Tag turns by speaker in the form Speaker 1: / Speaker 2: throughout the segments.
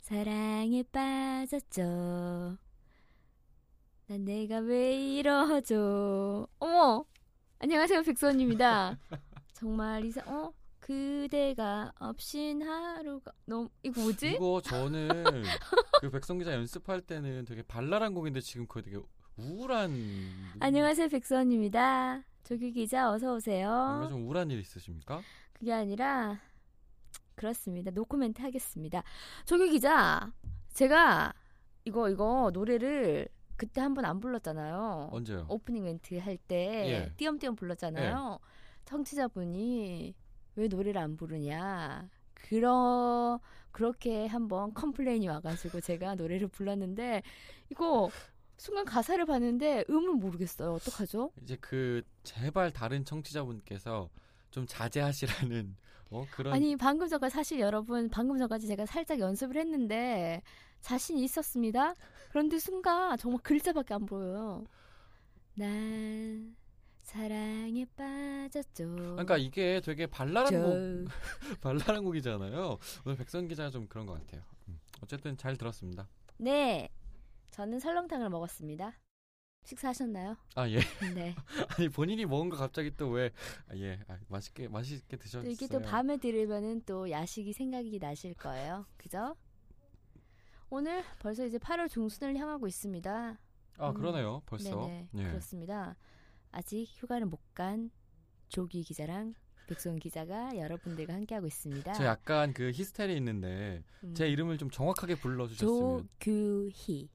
Speaker 1: 사랑에 빠졌죠. 난 내가 왜 이러죠? 어머, 안녕하세요 백선입니다. 정말 이상 어 그대가 없인 하루가 너무 이거 뭐지?
Speaker 2: 이거 저는 그 백성 기자 연습할 때는 되게 발랄한 곡인데 지금 그거 되게 우울한
Speaker 1: 안녕하세요 백선입니다. 조규 기자 어서
Speaker 2: 뭔가
Speaker 1: 오세요.
Speaker 2: 좀 우울한 일 있으십니까?
Speaker 1: 그게 아니라 그렇습니다. 노코멘트 하겠습니다. 조규 기자 제가 이거 이거 노래를 그때 한 번 안 불렀잖아요.
Speaker 2: 언제요?
Speaker 1: 오프닝 멘트 할 때
Speaker 2: 예.
Speaker 1: 띄엄띄엄 불렀잖아요. 청취자분이 왜 노래를 안 부르냐. 그러 그렇게 한번 컴플레인이 와가지고 제가 노래를 불렀는데 이거 순간 가사를 봤는데 음을 모르겠어요. 어떡하죠?
Speaker 2: 이제 그 제발 다른 청취자분께서 좀 자제하시라는 어 그런
Speaker 1: 아니 방금 전까지 사실 여러분 방금 전까지 제가 살짝 연습을 했는데 자신이 있었습니다. 그런데 순간 정말 글자밖에 안 보여요. 난 사랑에 빠졌죠.
Speaker 2: 그러니까 이게 뭐 되게 발랄한 곡
Speaker 1: 저-
Speaker 2: 발랄한 곡이잖아요. 오늘 백성 기자가 좀 그런 것 같아요. 음. 어쨌든 잘 들었습니다.
Speaker 1: 네. 저는 설렁탕을 먹었습니다. 식사하셨나요?
Speaker 2: 아 예.
Speaker 1: 네.
Speaker 2: 아니 본인이 먹은 거 갑자기 또 왜? 아, 예. 아, 맛있게 맛있게
Speaker 1: 또
Speaker 2: 드셨어요.
Speaker 1: 이게 또 밤에 들으면은 또 야식이 생각이 나실 거예요. 그죠? 오늘 벌써 이제 8월 중순을 향하고 있습니다.
Speaker 2: 아 그러네요. 벌써.
Speaker 1: 음. 네네.
Speaker 2: 예.
Speaker 1: 그렇습니다. 아직 휴가를 못 간 조기 기자랑 백송 기자가 여러분들과 함께하고 있습니다.
Speaker 2: 저 약간 그 히스테리 있는데
Speaker 1: 음.
Speaker 2: 제 이름을 좀 정확하게 불러주셨으면
Speaker 1: 조규희.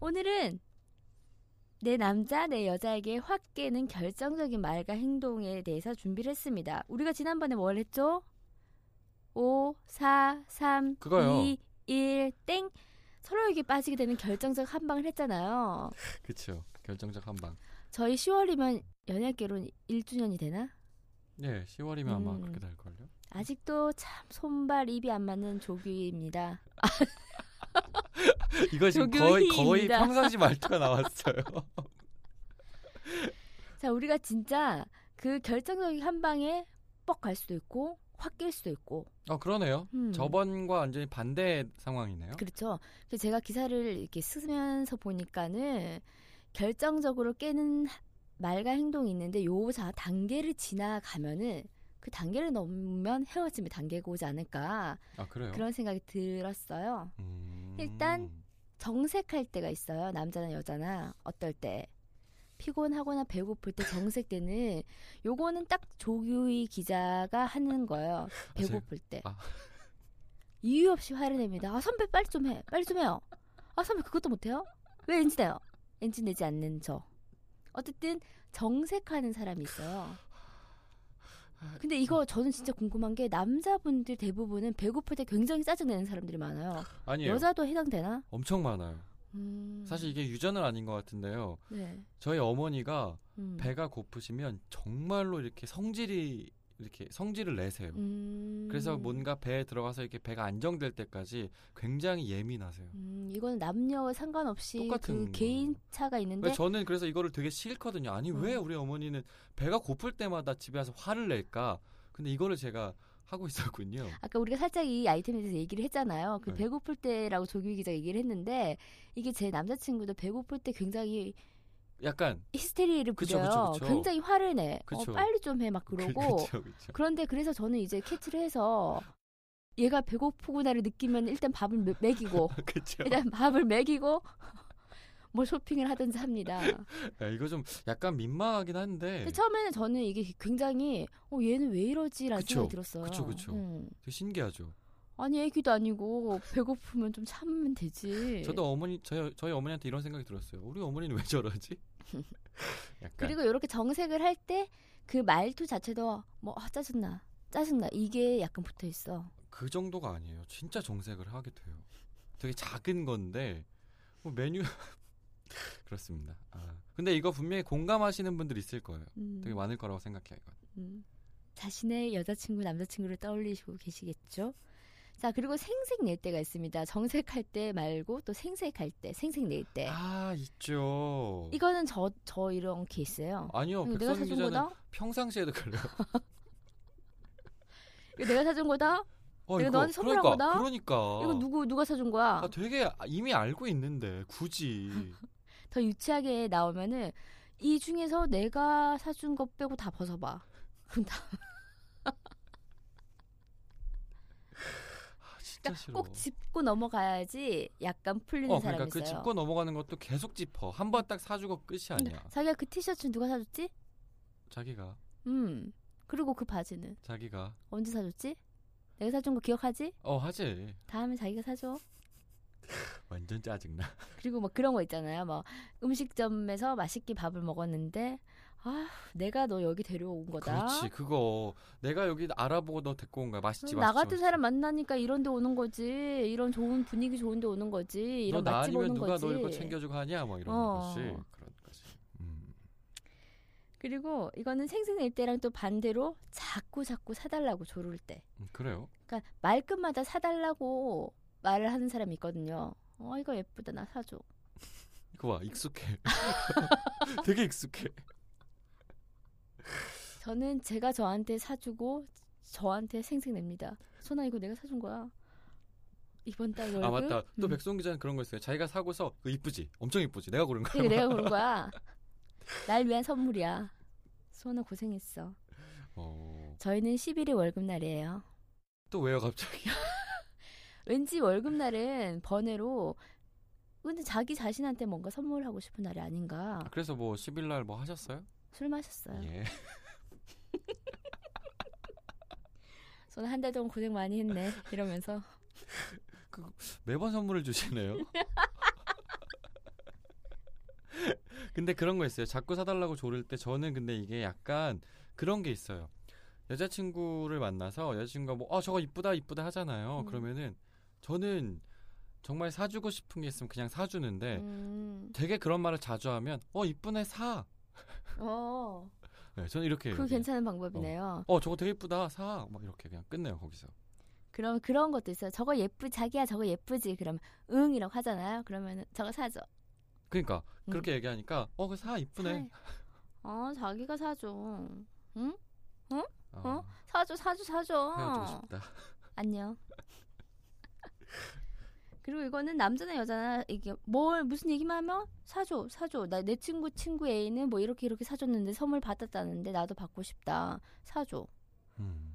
Speaker 1: 오늘은 내 남자, 내 여자에게 확 깨는 결정적인 말과 행동에 대해서 준비를 했습니다. 우리가 지난번에 뭘 했죠? 5, 4, 3,
Speaker 2: 그거요.
Speaker 1: 2, 1, 땡. 서로에게 빠지게 되는 결정적 한방을 했잖아요.
Speaker 2: 그쵸 결정적 한방
Speaker 1: 저희 10월이면 연애 결혼 1주년이 되나?
Speaker 2: 예 10월이면 아마
Speaker 1: 음.
Speaker 2: 그렇게 될걸요
Speaker 1: 아직도 참 손발 입이 안 맞는 조규입니다.
Speaker 2: 이거 지금 거의 거의
Speaker 1: 조규희입니다.
Speaker 2: 평상시 말투가 나왔어요
Speaker 1: 자, 우리가 진짜 그 결정적인 한 방에 뻑 갈 수도 있고 확 낄 수도 있고.
Speaker 2: 어 그러네요
Speaker 1: 음.
Speaker 2: 저번과 완전히 반대 상황이네요
Speaker 1: 그렇죠. 그래서 제가 기사를 이렇게 쓰면서 보니까는 결정적으로 깨는 말과 행동이 있는데 요 자- 단계를 지나가면은 그 단계를 넘으면 헤어짐의 단계가 오지 않을까
Speaker 2: 아 그래요
Speaker 1: 그런 생각이 들었어요.
Speaker 2: 음.
Speaker 1: 일단 정색할 때가 있어요. 남자나 여자나 어떨 때 피곤하거나 배고플 때 정색 때는 요거는 딱 조규희 기자가 하는 거예요.
Speaker 2: 제가-
Speaker 1: 배고플 때
Speaker 2: 아.
Speaker 1: 이유 없이 화를 냅니다. 아 선배 빨리 좀 해, 빨리 좀 해요. 아 선배 그것도 못해요? 왜 엔진 내요? 엔진 내지 않는 저. 어쨌든 정색하는 사람이 있어요. 근데 이거 저는 진짜 궁금한 게 남자분들 대부분은 배고플 때 굉장히 짜증내는 사람들이 많아요.
Speaker 2: 아니에요
Speaker 1: 여자도 해당되나?
Speaker 2: 엄청 많아요
Speaker 1: 음.
Speaker 2: 사실 이게 유전은 아닌 것 같은데요
Speaker 1: 네.
Speaker 2: 저희 어머니가
Speaker 1: 음.
Speaker 2: 배가 고프시면 정말로 이렇게 성질이 이렇게 성질을 내세요
Speaker 1: 음.
Speaker 2: 그래서 뭔가 배에 들어가서 이렇게 배가 안정될 때까지 굉장히 예민하세요
Speaker 1: 음, 이거는 남녀 상관없이
Speaker 2: 똑같은
Speaker 1: 그 개인 차가
Speaker 2: 왜
Speaker 1: 있는데
Speaker 2: 저는 그래서 이거를 되게 싫거든요. 아니 왜 우리 어머니는 배가 고플 때마다 집에 와서 화를 낼까? 근데 이거를 제가 하고 있었군요.
Speaker 1: 아까 우리가 살짝 이 아이템에 대해서 얘기를 했잖아요. 그
Speaker 2: 네.
Speaker 1: 배고플 때라고 조규 기자가 얘기를 했는데 이게 제 남자친구도 배고플 때 굉장히
Speaker 2: 약간
Speaker 1: 히스테리를
Speaker 2: 그쵸,
Speaker 1: 부려요.
Speaker 2: 그쵸, 그쵸.
Speaker 1: 굉장히 화를 내. 어,
Speaker 2: 그쵸.
Speaker 1: 빨리 좀 해 막 그러고
Speaker 2: 그렇죠, 그렇죠.
Speaker 1: 그런데 그래서 저는 이제 캐치를 해서 얘가 배고프구나를 느끼면 일단 밥을 매- 먹이고
Speaker 2: 그렇죠.
Speaker 1: 일단 밥을 먹이고 뭐 쇼핑을 하든지 합니다.
Speaker 2: 야, 이거 좀 약간 민망하긴 한데
Speaker 1: 근데 처음에는 저는 이게 굉장히 어 얘는 왜 이러지라는
Speaker 2: 그쵸.
Speaker 1: 생각이 들었어요.
Speaker 2: 그쵸, 그쵸.
Speaker 1: 음.
Speaker 2: 되게 신기하죠.
Speaker 1: 아니 애기도 아니고 배고프면 좀 참으면 되지.
Speaker 2: 저도 어머니 저희, 저희 어머니한테 이런 생각이 들었어요. 우리 어머니는 왜 저러지? 약간
Speaker 1: 그리고 이렇게 정색을 할 때 그 말투 자체도 뭐 아, 짜증나, 짜증나 이게 약간 붙어 있어.
Speaker 2: 그 정도가 아니에요. 진짜 정색을 하게 돼요. 되게 작은 건데 뭐 메뉴 그렇습니다. 아. 근데 이거 분명히 공감하시는 분들 있을 거예요.
Speaker 1: 음,
Speaker 2: 되게 많을 거라고 생각해요. 이건.
Speaker 1: 음. 자신의 여자친구, 남자친구를 떠올리시고 계시겠죠. 자, 그리고 생색 낼 때가 있습니다. 정색할 때 말고 또 생색할 때, 생색 낼 때.
Speaker 2: 아 있죠.
Speaker 1: 네. 이거는 저, 저 이런 케이스예요.
Speaker 2: 아니요.
Speaker 1: 이거 내가
Speaker 2: 백선
Speaker 1: 사준
Speaker 2: 기자는
Speaker 1: 거다?
Speaker 2: 평상시에도 그래요.
Speaker 1: 이거 내가 사준 거다?
Speaker 2: 어,
Speaker 1: 내가 너한테 선물한
Speaker 2: 그러니까,
Speaker 1: 거다?
Speaker 2: 그러니까.
Speaker 1: 이거 누구, 누가 사준 거야?
Speaker 2: 아, 되게 이미 알고 있는데 굳이
Speaker 1: 더 유치하게 나오면은 이 중에서 내가 사준 거 빼고 다 벗어봐. 그럼 다
Speaker 2: 아, 진짜
Speaker 1: 그러니까
Speaker 2: 싫어.
Speaker 1: 꼭 짚고 넘어가야지 약간 풀리는
Speaker 2: 어,
Speaker 1: 사람이
Speaker 2: 그러니까 그
Speaker 1: 있어요.
Speaker 2: 짚고 넘어가는 것도 계속 짚어. 한 번 딱 사주고 끝이 아니야.
Speaker 1: 자기야 그 티셔츠 누가 사줬지?
Speaker 2: 자기가
Speaker 1: 음. 그리고 그 바지는
Speaker 2: 자기가
Speaker 1: 언제 사줬지? 내가 사준 거 기억하지?
Speaker 2: 어 하지.
Speaker 1: 다음에 자기가 사줘.
Speaker 2: 완전 짜증나.
Speaker 1: 그리고 막 그런 거 있잖아요. 막 음식점에서 맛있게 밥을 먹었는데 아 내가 너 여기 데려온 거다.
Speaker 2: 그렇지 그거 내가 여기 알아보고 너 데리고 온 거야. 맛있지
Speaker 1: 나
Speaker 2: 맛있지.
Speaker 1: 같은
Speaker 2: 맛있지.
Speaker 1: 사람 만나니까 이런 데 오는 거지. 이런 좋은 분위기 좋은 데 오는 거지. 이런
Speaker 2: 너나
Speaker 1: 맛집
Speaker 2: 아니면
Speaker 1: 오는
Speaker 2: 누가
Speaker 1: 거지.
Speaker 2: 너 이거 챙겨주고 하냐 뭐 이런
Speaker 1: 어.
Speaker 2: 거지. 그런 거지. 음.
Speaker 1: 그리고 이거는 생생일 때랑 또 반대로 자꾸 자꾸 사달라고 조를 때.
Speaker 2: 음, 그래요.
Speaker 1: 그러니까 말끝마다 사달라고 말을 하는 사람이 있거든요. 어 이거 예쁘다 나 사줘.
Speaker 2: 이거 봐 익숙해. 되게 익숙해.
Speaker 1: 저는 제가 저한테 사주고 저한테 생생냅니다. 소나 이거 내가 사준 거야. 이번 달 월급.
Speaker 2: 아 맞다. 또
Speaker 1: 음.
Speaker 2: 백송 기자는 그런 거 있어요. 자기가 사고서 그 이쁘지. 엄청 이쁘지. 내가 고른 거야.
Speaker 1: 이거 내가 고른 거야. 날 위한 선물이야. 소나 고생했어.
Speaker 2: 어.
Speaker 1: 저희는 11일 월급 날이에요.
Speaker 2: 또 왜요 갑자기?
Speaker 1: 왠지 월급 날은 번외로 근데 자기 자신한테 뭔가 선물하고 싶은 날이 아닌가.
Speaker 2: 그래서 뭐 10일 날 뭐 하셨어요?
Speaker 1: 술 마셨어요.
Speaker 2: 예.
Speaker 1: 저는 한 달 동안 고생 많이 했네. 이러면서
Speaker 2: 매번 선물을 주시네요. 근데 그런 거 있어요. 자꾸 사달라고 조를 때 저는 근데 이게 약간 그런 게 있어요. 여자친구를 만나서 여자친구가 뭐, 어, 저거 이쁘다, 이쁘다 하잖아요.
Speaker 1: 음.
Speaker 2: 그러면은 저는 정말 사주고 싶은 게 있으면 그냥 사주는데
Speaker 1: 음,
Speaker 2: 되게 그런 말을 자주 하면, 어, 이쁘네, 사.
Speaker 1: 어,
Speaker 2: 네, 저는 이렇게.
Speaker 1: 그
Speaker 2: 얘기해요.
Speaker 1: 괜찮은 방법이네요.
Speaker 2: 어, 저거 되게 이쁘다, 사. 막 이렇게 그냥 끝내요, 거기서.
Speaker 1: 그럼 그런 것도 있어요. 저거 예쁘 자기야 저거 예쁘지. 그럼 응이라고 하잖아요. 그러면 저거 사줘.
Speaker 2: 그러니까
Speaker 1: 음.
Speaker 2: 그렇게 얘기하니까, 어, 그 사 이쁘네.
Speaker 1: 사. 어, 자기가 사줘. 응?
Speaker 2: 어,
Speaker 1: 사줘 사줘
Speaker 2: 헤어지고
Speaker 1: 사줘.
Speaker 2: 싶다.
Speaker 1: 안녕. 그리고 이거는 남자나 여자나 이게 뭘 무슨 얘기만 하면 사줘 사줘 나 내 친구 친구 애인은 뭐 이렇게 이렇게 사줬는데 선물 받았다는데 나도 받고 싶다 사줘
Speaker 2: 음.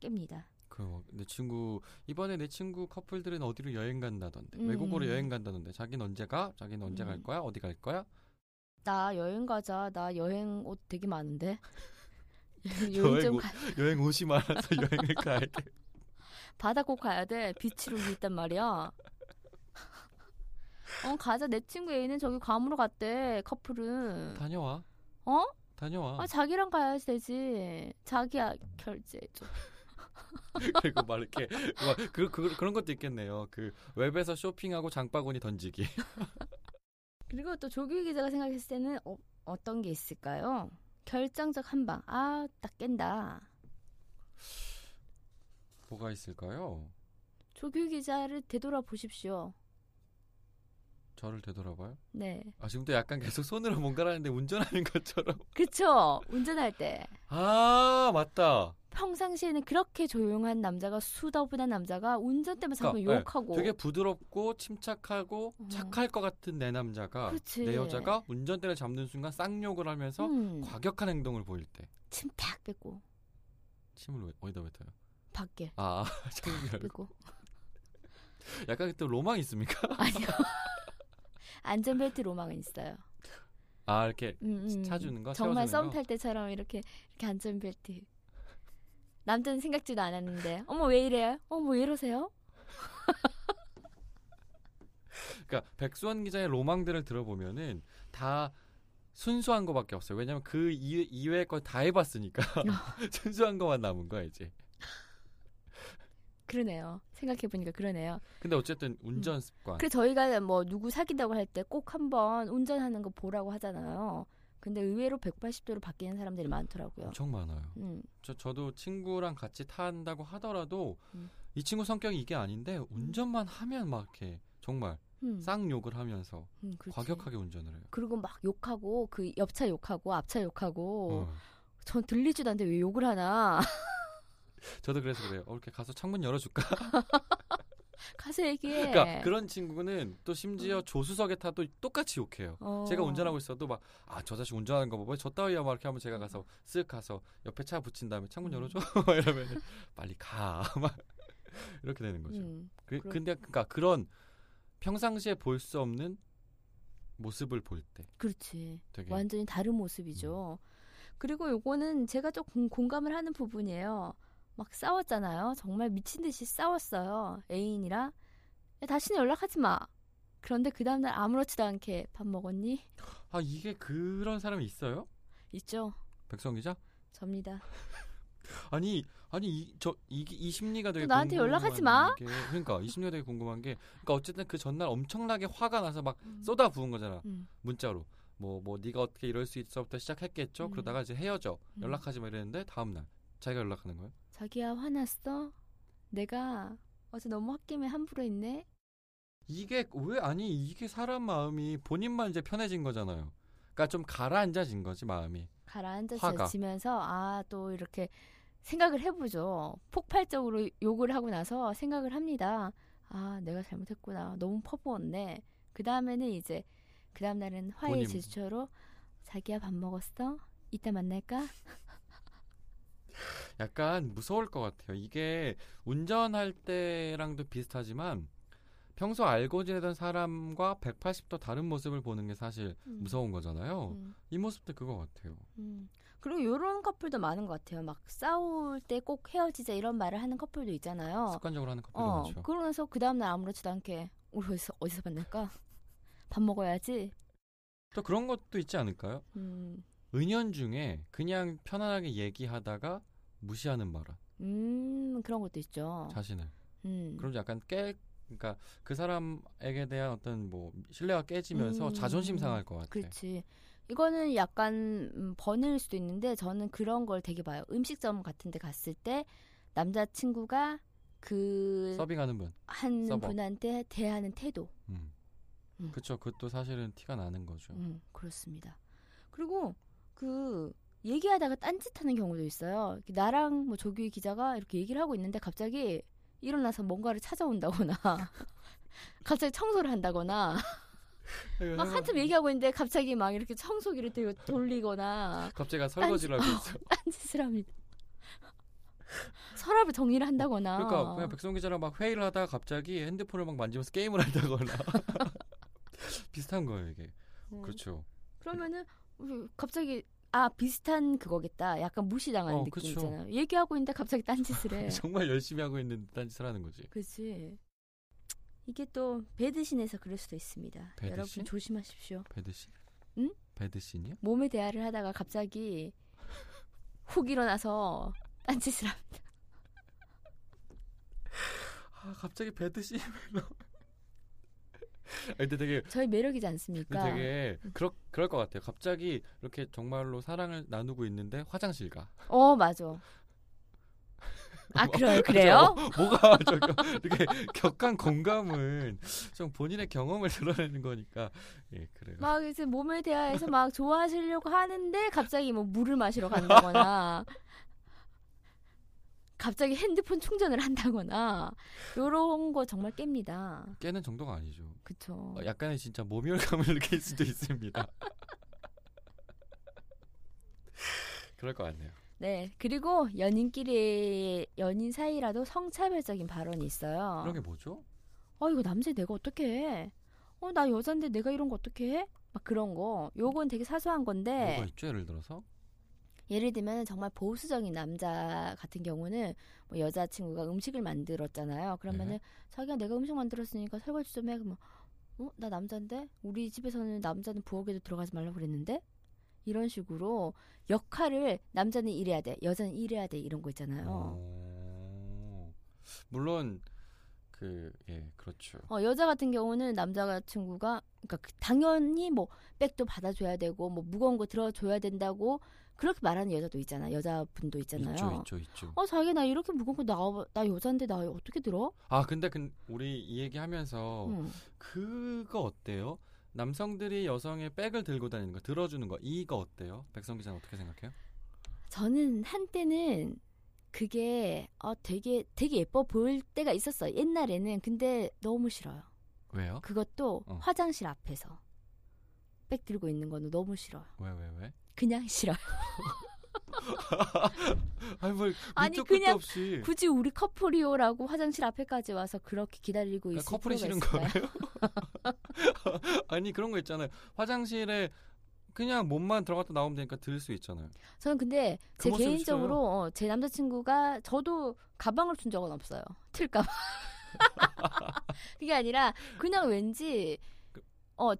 Speaker 1: 깹니다
Speaker 2: 그럼 뭐, 내 친구 이번에 내 친구 커플들은 어디로 여행 간다던데
Speaker 1: 음.
Speaker 2: 외국으로 여행 간다던데 자기는 언제 가? 자기는 언제
Speaker 1: 음.
Speaker 2: 갈 거야? 어디 갈 거야?
Speaker 1: 나 여행 가자 나 여행 옷 되게 많은데 여행
Speaker 2: 여행
Speaker 1: 좀
Speaker 2: 옷.
Speaker 1: 가,
Speaker 2: 여행 옷이 많아서 여행을 가야 돼.
Speaker 1: 바다 꼭 가야 돼 비치로 있단 말이야 어 가자 내 친구 애인은 저기 괌으로 갔대 커플은
Speaker 2: 다녀와.
Speaker 1: 어?
Speaker 2: 다녀와.
Speaker 1: 아, 자기랑 가야 되지. 자기야 결제 좀.
Speaker 2: 그리고 막 이렇게 와, 그, 그, 그런 것도 있겠네요. 그 웹에서 쇼핑하고 장바구니 던지기.
Speaker 1: 그리고 또 조규 기자가 생각했을 때는 어, 어떤 게 있을까요? 결정적 한방. 아, 딱 깬다.
Speaker 2: 뭐가 있을까요?
Speaker 1: 조규 기자를 되돌아 보십시오.
Speaker 2: 저를 되돌아봐요.
Speaker 1: 네.
Speaker 2: 아 지금도 약간 계속 손으로 뭔가를 하는데 운전하는 것처럼.
Speaker 1: 그쵸? 운전할 때.
Speaker 2: 아 맞다.
Speaker 1: 평상시에는 그렇게 조용한 남자가 수더분한 남자가 운전대만 잡으면
Speaker 2: 그러니까, 네.
Speaker 1: 욕하고.
Speaker 2: 되게 부드럽고 침착하고
Speaker 1: 어.
Speaker 2: 착할 것 같은 내 남자가
Speaker 1: 그치.
Speaker 2: 내 여자가 운전대를 잡는 순간 쌍욕을 하면서
Speaker 1: 음,
Speaker 2: 과격한 행동을 보일 때
Speaker 1: 침탁 뱉고
Speaker 2: 침을 왜- 어디다 뱉어요?
Speaker 1: 밖에
Speaker 2: 아, 침을 열고.
Speaker 1: 뱉고
Speaker 2: 약간 또 로망 있습니까?
Speaker 1: 아니요. 안전벨트 로망은 있어요.
Speaker 2: 아 이렇게
Speaker 1: 음, 음.
Speaker 2: 차주는 거,
Speaker 1: 정말 썸
Speaker 2: 세워주는
Speaker 1: 탈 때처럼 이렇게 이렇게 안전벨트 남자는 생각지도 않았는데 어머 왜 이래요? 어머 왜 이러세요?
Speaker 2: 그러니까 백수원 기자의 로망들을 들어보면은 다 순수한 거밖에 없어요. 왜냐면 그 이- 이외의 걸 다 해봤으니까 순수한 거만 남은 거야 이제.
Speaker 1: 그러네요. 생각해보니까 그러네요.
Speaker 2: 근데 어쨌든 운전 습관.
Speaker 1: 음. 그래 저희가 뭐 누구 사귄다고 할 때 꼭 한번 운전하는 거 보라고 하잖아요. 근데 의외로 180도로 바뀌는 사람들이 많더라고요.
Speaker 2: 엄청 많아요.
Speaker 1: 음,
Speaker 2: 저 저도 친구랑 같이 탄다고 하더라도
Speaker 1: 음.
Speaker 2: 이 친구 성격이 이게 아닌데 운전만 하면 막 이렇게 정말
Speaker 1: 음,
Speaker 2: 쌍욕을 하면서
Speaker 1: 음, 그렇지.
Speaker 2: 과격하게 운전을 해요.
Speaker 1: 그리고 막 욕하고 그 옆차 욕하고 앞차 욕하고
Speaker 2: 어.
Speaker 1: 전 들리지도 않는데 왜 욕을 하나
Speaker 2: 저도 그래서 그래요. 어, 이렇게 가서 창문 열어줄까?
Speaker 1: 가서 얘기해.
Speaker 2: 그러니까 그런 친구는 또 심지어 조수석에 타도 똑같이 욕해요.
Speaker 1: 음. 어.
Speaker 2: 제가 운전하고 있어도 막 아 저 자식 운전하는 거 보면 저 따위야 막 이렇게 하면 제가 가서 쓱 가서 옆에 차 붙인 다음에 창문
Speaker 1: 음.
Speaker 2: 열어줘 막 이러면 빨리 가 막 이렇게 되는 거죠.
Speaker 1: 음,
Speaker 2: 그,
Speaker 1: 그럼-
Speaker 2: 근데 그러니까 그런 평상시에 볼 수 없는 모습을 볼 때
Speaker 1: 그렇지.
Speaker 2: 되게
Speaker 1: 완전히 다른 모습이죠. 그리고 요거는 제가 조금 공감을 하는 부분이에요. 막 싸웠잖아요. 정말 미친 듯이 싸웠어요. 애인이랑 야, 다시는 연락하지 마. 그런데 그 다음날 아무렇지도 않게 밥 먹었니?
Speaker 2: 아 이게 그런 사람이 있어요?
Speaker 1: 있죠.
Speaker 2: 백성 기자?
Speaker 1: 접니다.
Speaker 2: 아니 아니 이, 저 이게 이 심리가 되게
Speaker 1: 또 나한테
Speaker 2: 궁금한
Speaker 1: 연락하지 마.
Speaker 2: 게, 그러니까 이 심리가 되게 궁금한 게 그러니까 어쨌든 그 전날 엄청나게 화가 나서 막 쏟아 부은 거잖아
Speaker 1: 음,
Speaker 2: 문자로 뭐 뭐 네가 어떻게 이럴 수 있어부터 시작했겠죠
Speaker 1: 음.
Speaker 2: 그러다가 이제 헤어져
Speaker 1: 음.
Speaker 2: 연락하지 마 이랬는데 다음 날 자기가 연락하는 거예요
Speaker 1: 자기야 화났어? 내가 어제 너무 홧김에 함부로 했네.
Speaker 2: 이게 왜 아니 이게 사람 마음이 본인만 이제 편해진 거잖아요 그러니까 좀 가라앉아진 거지 마음이 화가.
Speaker 1: 가라앉아서 지면서 아 또 이렇게 생각을 해보죠. 폭발적으로 욕을 하고 나서 생각을 합니다. 아 내가 잘못했구나. 너무 퍼부었네. 그 다음에는 이제 그 다음 날은 화해의
Speaker 2: 본인.
Speaker 1: 제스처로 자기야 밥 먹었어? 이따 만날까?
Speaker 2: 약간 무서울 것 같아요. 이게 운전할 때랑도 비슷하지만 평소 알고 지내던 사람과 180도 다른 모습을 보는 게 사실 무서운 거잖아요.
Speaker 1: 음,
Speaker 2: 이 모습도 그거 같아요.
Speaker 1: 음. 그리고 이런 커플도 많은 것 같아요. 막 싸울 때 꼭 헤어지자 이런 말을 하는 커플도 있잖아요.
Speaker 2: 습관적으로 하는 커플도 그렇죠.
Speaker 1: 어,
Speaker 2: 많죠.
Speaker 1: 그러면서 그 다음날 아무렇지도 않게 우리 어디서, 어디서 만날까? 밥 먹어야지.
Speaker 2: 또 그런 것도 있지 않을까요?
Speaker 1: 음.
Speaker 2: 은연중에 그냥 편안하게 얘기하다가 무시하는 말은
Speaker 1: 음 그런 것도 있죠.
Speaker 2: 자신을.
Speaker 1: 음.
Speaker 2: 그럼 약간 깨 그러니까 그 사람에게 대한 어떤 뭐 신뢰가 깨지면서
Speaker 1: 음.
Speaker 2: 자존심 상할 것 같아.
Speaker 1: 그렇지. 이거는 약간 음, 번일 수도 있는데 저는 그런 걸 되게 봐요. 음식점 같은 데 갔을 때 남자친구가 그
Speaker 2: 서빙하는 분.
Speaker 1: 한
Speaker 2: 서버.
Speaker 1: 분한테 대하는 태도.
Speaker 2: 음.
Speaker 1: 음.
Speaker 2: 그쵸. 그것도 사실은 티가 나는 거죠.
Speaker 1: 음, 그렇습니다. 그리고 그 얘기하다가 딴짓하는 경우도 있어요. 이렇게 나랑 뭐 조규희 기자가 이렇게 얘기를 하고 있는데 갑자기 일어나서 뭔가를 찾아온다거나 갑자기 청소를 한다거나
Speaker 2: 네,
Speaker 1: 막 한참 얘기하고 있는데 갑자기 막 이렇게 청소기를 들고 돌리거나
Speaker 2: 갑자기 설거지를 하고 있어.
Speaker 1: 딴짓을 합니다. 서랍을 정리를 한다거나.
Speaker 2: 그러니까 그냥 백성 기자랑 막 회의를 하다가 갑자기 핸드폰을 막 만지면서 게임을 한다거나 비슷한 거예요 이게.
Speaker 1: 음.
Speaker 2: 그렇죠.
Speaker 1: 그러면은 음, 갑자기 아 비슷한 그거겠다. 약간 무시당하는
Speaker 2: 어,
Speaker 1: 느낌
Speaker 2: 그쵸.
Speaker 1: 있잖아요. 얘기하고 있는데 갑자기 딴짓을 해.
Speaker 2: 정말 열심히 하고 있는 딴짓을 하는 거지.
Speaker 1: 그렇지. 이게 또 배드신에서 그럴 수도 있습니다.
Speaker 2: 배드신?
Speaker 1: 여러분 조심하십시오.
Speaker 2: 배드신?
Speaker 1: 응?
Speaker 2: 배드신이요?
Speaker 1: 몸에 대화를 하다가 갑자기 훅 일어나서 딴짓을 합니다.
Speaker 2: 아 갑자기 배드신. 아, 근데 되게
Speaker 1: 저희 매력이지
Speaker 2: 근데
Speaker 1: 않습니까?
Speaker 2: 그 되게
Speaker 1: 그러니까.
Speaker 2: 그럴 그럴 것 같아요. 갑자기 이렇게 정말로 사랑을 나누고 있는데 화장실 가.
Speaker 1: 어 맞아. 아 그래요 그래요?
Speaker 2: 저 뭐가 저기 이렇게 격한 공감은 좀 본인의 경험을 드러내는 거니까 예 그래요.
Speaker 1: 막 이제 몸에 대하여서 막 좋아하시려고 하는데 갑자기 뭐 물을 마시러 간다거나 갑자기 핸드폰 충전을 한다거나 요런 거 정말 깹니다.
Speaker 2: 깨는 정도가 아니죠.
Speaker 1: 그쵸.
Speaker 2: 어, 약간의 진짜 모멸감을 느낄 수도 있습니다. 그럴 것 같네요.
Speaker 1: 네. 그리고 연인끼리 연인 사이라도 성차별적인 발언이 있어요.
Speaker 2: 그런 게 뭐죠?
Speaker 1: 어 이거 남자 내가 어떻게 해? 어 나 여잔데 내가 이런 거 어떻게 해? 막 그런 거. 요건 되게 사소한 건데.
Speaker 2: 뭐가 있죠? 예를 들어서
Speaker 1: 예를 들면 정말 보수적인 남자 같은 경우는 뭐 여자친구가 음식을 만들었잖아요. 그러면은
Speaker 2: 네.
Speaker 1: 자기가 내가 음식 만들었으니까 설거지 좀 해. 그러면 어? 나 남잔데? 우리 집에서는 남자는 부엌에도 들어가지 말라고 그랬는데? 이런 식으로 네. 역할을 남자는 이래야 돼, 여자는 이래야 돼 이런 거 있잖아요.
Speaker 2: 어, 물론 그 예 그렇죠.
Speaker 1: 어, 여자 같은 경우는 남자 친구가 그러니까 그- 당연히 뭐 백도 받아줘야 되고 뭐 무거운 거 들어줘야 된다고 그렇게 말하는 여자도 있잖아 여자분도 있잖아요.
Speaker 2: 있죠 있죠 있죠.
Speaker 1: 어 자기 나 이렇게 무거운 거나나 여자인데 나 어떻게 들어?
Speaker 2: 아 근데 근 우리 이 얘기하면서
Speaker 1: 응.
Speaker 2: 그거 어때요? 남성들이 여성의 백을 들고 다니는 거 들어주는 거 이거 어때요? 백성 기자는 어떻게 생각해요?
Speaker 1: 저는 한때는 그게 어, 되게 되게 예뻐 보일 때가 있었어 옛날에는 근데 너무 싫어요.
Speaker 2: 왜요?
Speaker 1: 그것도
Speaker 2: 어.
Speaker 1: 화장실 앞에서 백 들고 있는 거는 너무 싫어요.
Speaker 2: 그, 왜 왜 왜?
Speaker 1: 그냥 싫어. 요
Speaker 2: 아니 뭘
Speaker 1: 아니,
Speaker 2: 밑도 끝도
Speaker 1: 그냥
Speaker 2: 없이
Speaker 1: 굳이 우리 커플이요라고 화장실 앞에까지 와서 그렇게 기다리고 있을
Speaker 2: 그러니까 커플이
Speaker 1: 필요가
Speaker 2: 싫은
Speaker 1: 있을까요?
Speaker 2: 거예요? 아니 그런 거 있잖아요. 화장실에 그냥 몸만 들어갔다 나오면 되니까 들 수 있잖아요.
Speaker 1: 저는 근데 제
Speaker 2: 그 모습이
Speaker 1: 개인적으로 어, 제 남자친구가 저도 가방을 준 적은 없어요. 틀까봐. 그게 아니라 그냥 왠지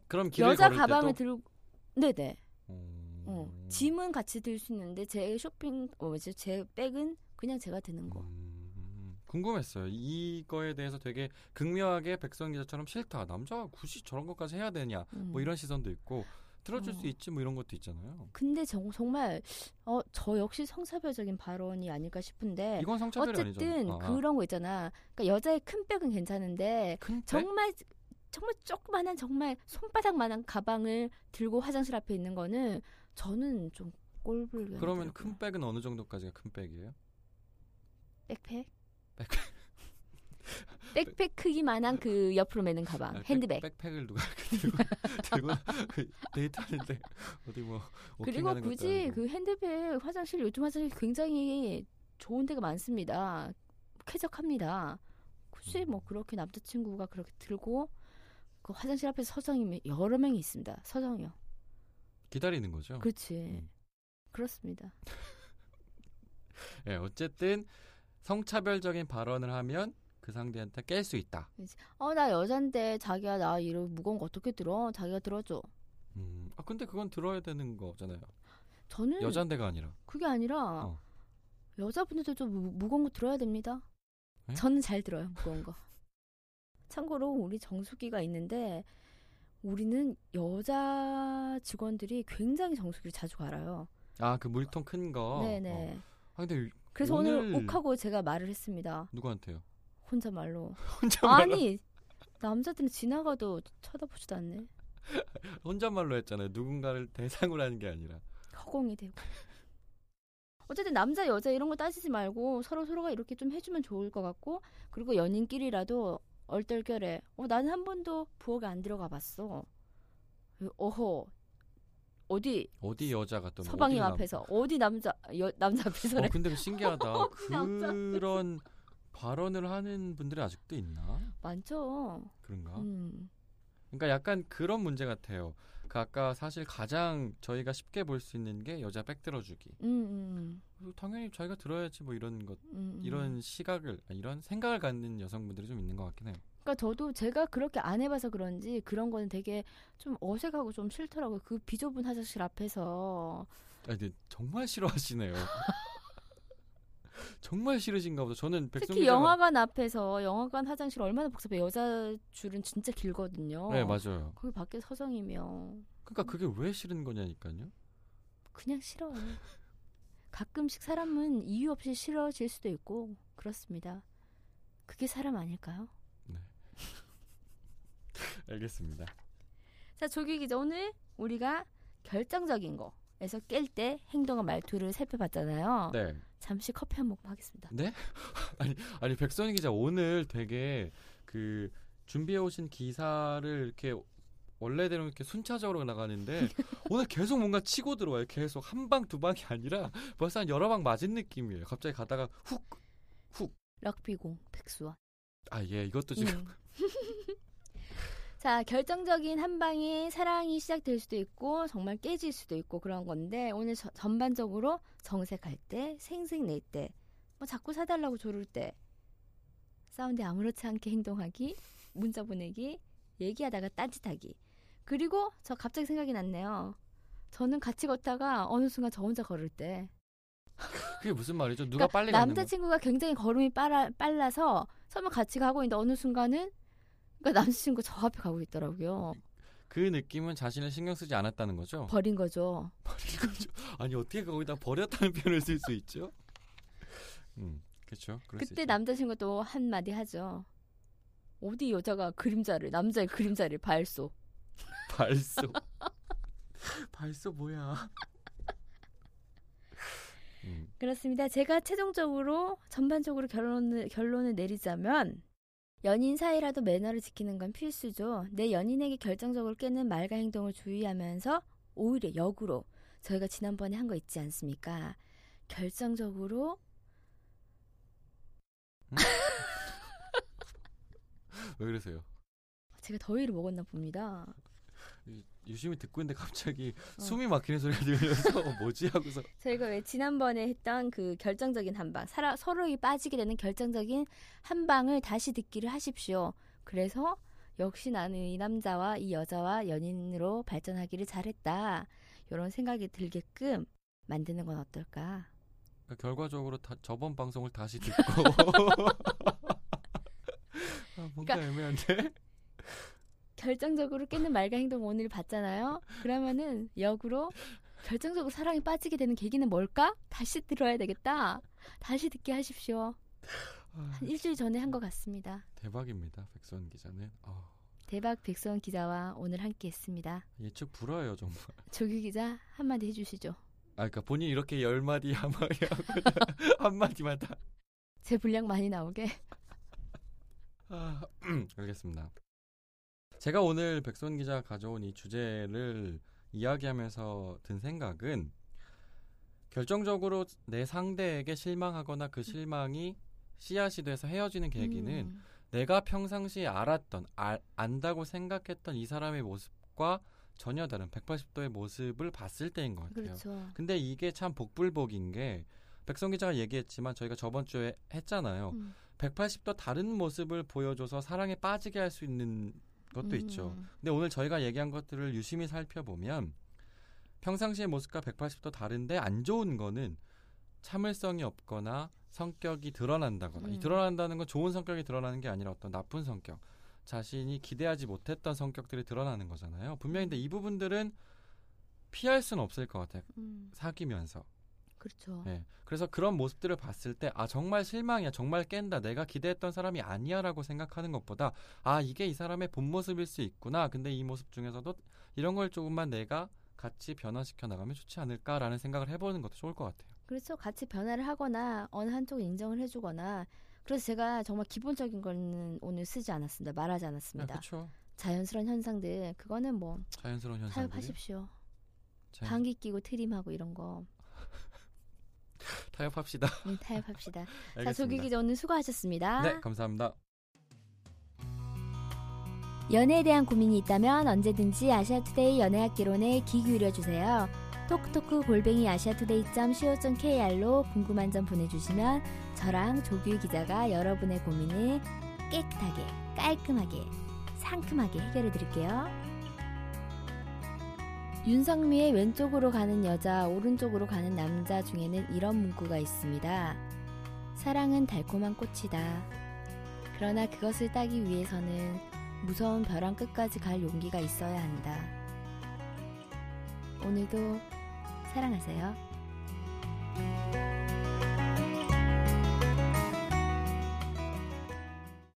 Speaker 2: 그럼 길을
Speaker 1: 여자
Speaker 2: 걸을
Speaker 1: 가방을
Speaker 2: 때도
Speaker 1: 들고 네네.
Speaker 2: 음.
Speaker 1: 어, 짐은 같이 들 수 있는데 제 쇼핑 어, 뭐지? 제 백은 그냥 제가 드는 거.
Speaker 2: 음, 궁금했어요. 이거에 대해서 되게 극명하게 백선 기자처럼 싫다. 남자가 굳이 저런 것까지 해야 되냐.
Speaker 1: 음.
Speaker 2: 뭐 이런 시선도 있고 들어줄
Speaker 1: 어.
Speaker 2: 수 있지 뭐 이런 것도 있잖아요.
Speaker 1: 근데 정, 정말 어, 저 역시 성차별적인 발언이 아닐까 싶은데
Speaker 2: 이건 성차별이
Speaker 1: 네. 어쨌든
Speaker 2: 아니죠. 아,
Speaker 1: 그런 거 있잖아. 그러니까 여자의 큰 백은 괜찮은데
Speaker 2: 큰 백?
Speaker 1: 정말 정말 조그만한 정말 손바닥만한 가방을 들고 화장실 앞에 있는 거는 저는 좀 꼴불견.
Speaker 2: 그러면 큰 백은 어느 정도까지가 큰 백이에요?
Speaker 1: 백팩.
Speaker 2: 백팩.
Speaker 1: 백팩 크기만한 그 옆으로 매는
Speaker 2: 아,
Speaker 1: 가방,
Speaker 2: 백-
Speaker 1: 핸드백.
Speaker 2: 백팩을 누가 이렇게 들고 들고 그 데이트하는데 어디 뭐
Speaker 1: 그리고
Speaker 2: 워킹하는 것도
Speaker 1: 굳이
Speaker 2: 아니고.
Speaker 1: 그 핸드백 화장실 요즘 화장실 굉장히 좋은 데가 많습니다. 쾌적합니다. 굳이
Speaker 2: 음.
Speaker 1: 뭐 그렇게 남자친구가 그렇게 들고 그 화장실 앞에 서성이 여러 명이 있습니다. 서성이요.
Speaker 2: 기다리는 거죠.
Speaker 1: 그렇지.
Speaker 2: 음.
Speaker 1: 그렇습니다.
Speaker 2: 예, 어쨌든 성차별적인 발언을 하면 그 상대한테 깰 수 있다.
Speaker 1: 어 나 여잔데 자기야 나 이런 무거운 거 어떻게 들어? 자기가 들어줘.
Speaker 2: 음, 아 근데 그건 들어야 되는 거잖아요.
Speaker 1: 저는
Speaker 2: 여잔데가 아니라.
Speaker 1: 그게 아니라
Speaker 2: 어.
Speaker 1: 여자분들도 좀 무- 무거운 거 들어야 됩니다.
Speaker 2: 에?
Speaker 1: 저는 잘 들어요 무거운 거. 참고로 우리 정수기가 있는데 우리는 여자 직원들이 굉장히 정수기를 자주 갈아요.
Speaker 2: 아 그 물통 큰 거. 어.
Speaker 1: 네네.
Speaker 2: 아 근데
Speaker 1: 그래서 오늘...
Speaker 2: 오늘-
Speaker 1: 욱하고 제가 말을 했습니다.
Speaker 2: 누구한테요?
Speaker 1: 혼자 말로.
Speaker 2: 혼잣말로
Speaker 1: 아니 남자들은 지나가도 쳐다보지도 않네.
Speaker 2: 혼잣말로 했잖아요. 누군가를 대상으로 하는 게 아니라.
Speaker 1: 허공이 되고. 어쨌든 남자 여자 이런 거 따지지 말고 서로 서로가 이렇게 좀 해주면 좋을 것 같고 그리고 연인끼리라도 얼떨결에 어 나는 한 번도 부엌에 안 들어가 봤어. 어허 어디
Speaker 2: 어디 여자가 또뭐
Speaker 1: 서방님
Speaker 2: 어디를 남-
Speaker 1: 앞에서 어디 남자 여, 남자
Speaker 2: 어
Speaker 1: 앞에서래.
Speaker 2: 근데 그 신기하다.
Speaker 1: 어디 남자
Speaker 2: 그런 발언을 하는 분들이 아직도 있나?
Speaker 1: 많죠.
Speaker 2: 그런가?
Speaker 1: 음.
Speaker 2: 그러니까 약간 그런 문제 같아요. 그 아까 사실 가장 저희가 쉽게 볼 수 있는 게 여자 백 들어주기.
Speaker 1: 음, 음,
Speaker 2: 그리고 당연히 자기가 들어야지 뭐 이런 것
Speaker 1: 음, 음.
Speaker 2: 이런 시각을 아, 이런 생각을 갖는 여성분들이 좀 있는 것 같긴 해요.
Speaker 1: 그러니까 저도 제가 그렇게 안 해봐서 그런지 그런 거는 되게 좀 어색하고 좀 싫더라고요. 그 비좁은 화장실 앞에서
Speaker 2: 아, 근데 정말 싫어하시네요. 정말 싫으신가 보다. 저는 백성
Speaker 1: 특히 영화관 앞에서 영화관 화장실 얼마나 복잡해 여자 줄은 진짜 길거든요.
Speaker 2: 네 맞아요.
Speaker 1: 거기 밖에 서성이면
Speaker 2: 그러니까 그게 왜 싫은 거냐니까요.
Speaker 1: 그냥 싫어요. 가끔씩 사람은 이유 없이 싫어질 수도 있고 그렇습니다. 그게 사람 아닐까요?
Speaker 2: 알겠습니다.
Speaker 1: 자 조기 기자 오늘 우리가 결정적인 거에서 깰 때 행동과 말투를 살펴봤잖아요.
Speaker 2: 네.
Speaker 1: 잠시 커피 한 모금 하겠습니다.
Speaker 2: 아니 백선희 기자 오늘 되게 그 준비해 오신 기사를 이렇게 원래대로 이렇게 순차적으로 나가는데 오늘 계속 뭔가 치고 들어와요. 계속 한 방 두 방이 아니라 벌써 한 여러 방 맞은 느낌이에요. 갑자기 가다가
Speaker 1: 럭비공 백수원.
Speaker 2: 훅 아 예 이것도 지금
Speaker 1: 음. 자, 결정적인 한 방에 사랑이 시작될 수도 있고 정말 깨질 수도 있고 그런 건데 오늘 저- 전반적으로 정색할 때, 생색낼 때, 뭐 자꾸 사달라고 조를 때, 싸운데 아무렇지 않게 행동하기, 문자 보내기, 얘기하다가 딴짓하기. 그리고 저 갑자기 생각이 났네요. 저는 같이 걷다가 어느 순간 저 혼자 걸을 때
Speaker 2: 그게 무슨 말이죠? 누가
Speaker 1: 그러니까
Speaker 2: 빨리 가는 거?
Speaker 1: 남자친구가 굉장히 걸음이 빨라, 빨라서 서면 같이 가고 있는데 어느 순간은 그러니까 남자친구 저 앞에 가고 있더라고요.
Speaker 2: 그 느낌은 자신을 신경 쓰지 않았다는 거죠.
Speaker 1: 버린 거죠.
Speaker 2: 버린 거죠. 아니 어떻게 거기다 버렸다는 표현을 쓸 수 있죠? 음, 그렇죠. 그럴 수
Speaker 1: 그때
Speaker 2: 있죠.
Speaker 1: 남자친구가 또 한마디 하죠. 어디 여자가 그림자를 남자의 그림자를 발소.
Speaker 2: 발소. 발소 뭐야? 음,
Speaker 1: 그렇습니다. 제가 최종적으로 전반적으로 결론을 결론을 내리자면 연인 사이라도 매너를 지키는 건 필수죠. 내 연인에게 결정적으로 깨는 말과 행동을 주의하면서 오히려 역으로 저희가 지난번에 한 거 있지 않습니까? 결정적으로
Speaker 2: 왜 그러세요?
Speaker 1: 제가 더위를 먹었나 봅니다.
Speaker 2: 유- 유심히 듣고 있는데 갑자기
Speaker 1: 어.
Speaker 2: 숨이 막히는 소리가 들려서 어, 뭐지 하고서
Speaker 1: 저희가 왜 지난번에 했던 그 결정적인 한방 서로, 서로에게 빠지게 되는 결정적인 한방을 다시 듣기를 하십시오. 그래서 역시 나는 이 남자와 이 여자와 연인으로 발전하기를 잘했다. 이런 생각이 들게끔 만드는 건 어떨까?
Speaker 2: 그러니까 결과적으로 다, 저번 방송을 다시 듣고 아, 뭔가
Speaker 1: 그러니까
Speaker 2: 애매한데
Speaker 1: 결정적으로 깨는 말과 행동 오늘 봤잖아요. 그러면은 역으로 결정적으로 사랑에 빠지게 되는 계기는 뭘까? 다시 들어야 되겠다. 다시 듣게 하십시오.
Speaker 2: 아,
Speaker 1: 한 일주일 전에 한 것 같습니다.
Speaker 2: 대박입니다 백선 기자는 아,
Speaker 1: 대박 백수원 기자와 오늘 함께했습니다.
Speaker 2: 예측 불허예요 정말
Speaker 1: 조규 기자 한마디 해주시죠.
Speaker 2: 아 그러니까 본인 이렇게 열 마디 한 마디 하고 한 마디만 다
Speaker 1: 제 분량 많이 나오게.
Speaker 2: 음, 아, 알겠습니다. 제가 오늘 백선 기자 가져온 이 주제를 이야기하면서 든 생각은 결정적으로 내 상대에게 실망하거나 그 실망이 씨앗이 돼서 헤어지는 계기는
Speaker 1: 음,
Speaker 2: 내가 평상시에 알았던 알- 안다고 생각했던 이 사람의 모습과 전혀 다른 180도의 모습을 봤을 때인 것 같아요.
Speaker 1: 그렇죠.
Speaker 2: 근데 이게 참 복불복인 게 백선 기자가 얘기했지만 저희가 저번 주에 했잖아요.
Speaker 1: 음.
Speaker 2: 180도 다른 모습을 보여줘서 사랑에 빠지게 할 수 있는 것도
Speaker 1: 음.
Speaker 2: 있죠. 근데 오늘 저희가 얘기한 것들을 유심히 살펴보면 평상시의 모습과 180도 다른데 안 좋은 거는 참을성이 없거나 성격이 드러난다거나 이
Speaker 1: 음.
Speaker 2: 드러난다는 건 좋은 성격이 드러나는 게 아니라 어떤 나쁜 성격 자신이 기대하지 못했던 성격들이 드러나는 거잖아요. 분명히 근데 이 부분들은 피할 수는 없을 것 같아요.
Speaker 1: 음,
Speaker 2: 사귀면서.
Speaker 1: 그렇죠.
Speaker 2: 네. 그래서 그런 모습들을 봤을 때 아 정말 실망이야 정말 깬다 내가 기대했던 사람이 아니야라고 생각하는 것보다 아 이게 이 사람의 본 모습일 수 있구나 근데 이 모습 중에서도 이런 걸 조금만 내가 같이 변화시켜 나가면 좋지 않을까라는 생각을 해보는 것도 좋을 것 같아요.
Speaker 1: 그렇죠. 같이 변화를 하거나 어느 한쪽 인정을 해주거나. 그래서 제가 정말 기본적인 거는 오늘 쓰지 않았습니다. 말하지 않았습니다.
Speaker 2: 그렇죠.
Speaker 1: 자연스러운 현상들 그거는 뭐
Speaker 2: 자연스러운 현상들.
Speaker 1: 타협하십시오.
Speaker 2: 자연-
Speaker 1: 방귀 끼고 트림하고 이런 거
Speaker 2: 타협합시다.
Speaker 1: 음, 타협합시다. 자 조규
Speaker 2: 알겠습니다.
Speaker 1: 기자 오늘 수고하셨습니다.
Speaker 2: 네 감사합니다.
Speaker 1: 연애에 대한 고민이 있다면 언제든지 아시아투데이 연애학개론에 귀 기울여주세요. 톡톡크 골뱅이 아시아투데이.co.kr로 궁금한 점 보내주시면 저랑 조규 기자가 여러분의 고민을 깨끗하게, 깔끔하게, 상큼하게 해결해 드릴게요. 윤상미의 왼쪽으로 가는 여자, 오른쪽으로 가는 남자 중에는 이런 문구가 있습니다. 사랑은 달콤한 꽃이다. 그러나 그것을 따기 위해서는 무서운 벼랑 끝까지 갈 용기가 있어야 한다. 오늘도 사랑하세요.